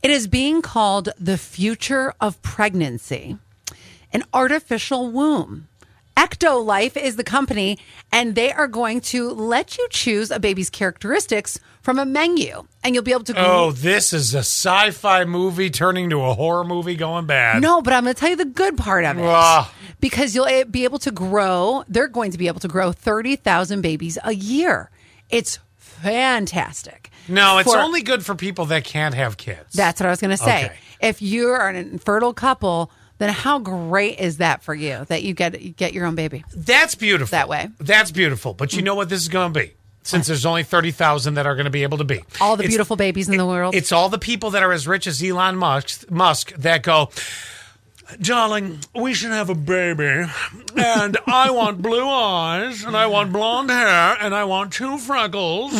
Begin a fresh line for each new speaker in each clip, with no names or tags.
It is being called the future of pregnancy, an artificial womb. Ectolife is the company, and they are going to let you choose a baby's characteristics from a menu, and you'll be able to.
Oh, this is a sci-fi movie turning to a horror movie going bad.
No, but I'm going to tell you the good part of it.
Ugh.
Because you'll a- be able to grow, they're going to be able to grow 30,000 babies a year. It's fantastic.
No, it's
For-
only good for people that can't have kids.
That's what I was going to say.
Okay.
If you are an infertile couple, then how great is that for you that you get you get your own baby?
That's beautiful.
That way. Mm.
That's beautiful. But you know what this is going to be? Since there's only 30,000 that are going to be able to be.
All the
It's-
beautiful babies in the world.
It's all the people that are as rich as Elon Musk, Musk that go, darling, we should have a baby, and I want blue eyes, and I want blonde hair, and I want two freckles.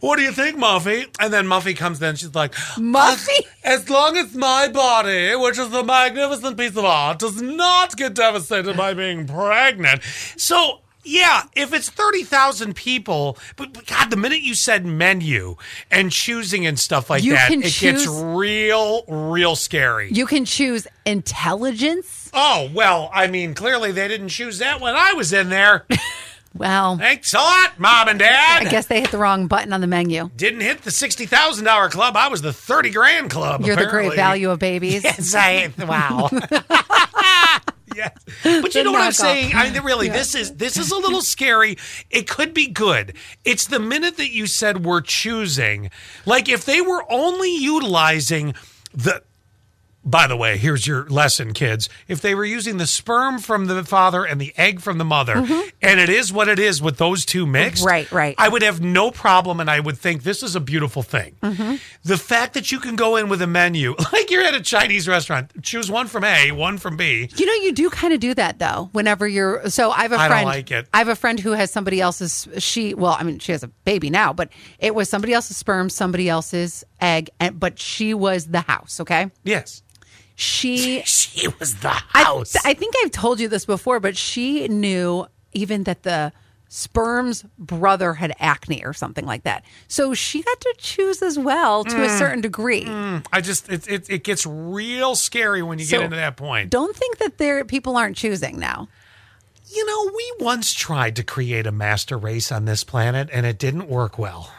What do you think, Muffy? And then Muffy comes in, she's like,
Mm-hmm. Muffy?
As, as long as my body, which is a magnificent piece of art, does not get devastated by being pregnant, so. Yeah, if it's 30,000 people, but, but God, the minute you said menu and choosing and stuff like
You
that,
can
it
choose-
gets real, real scary.
you can choose intelligence.
Oh, well, I mean, clearly they didn't choose that when I was in there.
Well,
Thanks a lot, Mom and
I
Dad.
guess they hit the wrong button on the menu.
Didn't hit the $60,000 club. I was the 30 grand club.
You're the great
apparently.
value of babies.
Yes, I, wow. yes. But you know what I'm
knockoff.
saying? I mean, really, this is this is a little scary. It could be good. It's the minute that you said we're choosing. Like if they were only utilizing the by the way, here's your lesson, kids. If they were using the sperm from the father and the egg from the mother, and it is what it is with those two mixed,
Mm-hmm. Right, right.
I would have no problem, and I would think this is a beautiful thing.
Mm-hmm.
The fact that you can go in with a menu, like you're at a Chinese restaurant, choose one from A, one from B.
You know, you do kind of do that though. Whenever you're, so I have a
I don't
friend.
like it.
I have a friend who has somebody else's. She, well, I mean, she has a baby now, but it was somebody else's sperm, somebody else's egg, and but she was the house. Okay,
Yes,
she.
she was the
I-
house.
I, think I've told you this before, but she knew even that the sperm's brother had acne or something like that. So she got to choose as well to a certain degree.
I just it, it it gets real scary when you
So,
get into that point.
Don't think that there people aren't choosing now.
You know, we once tried to create a master race on this planet, and it didn't work well.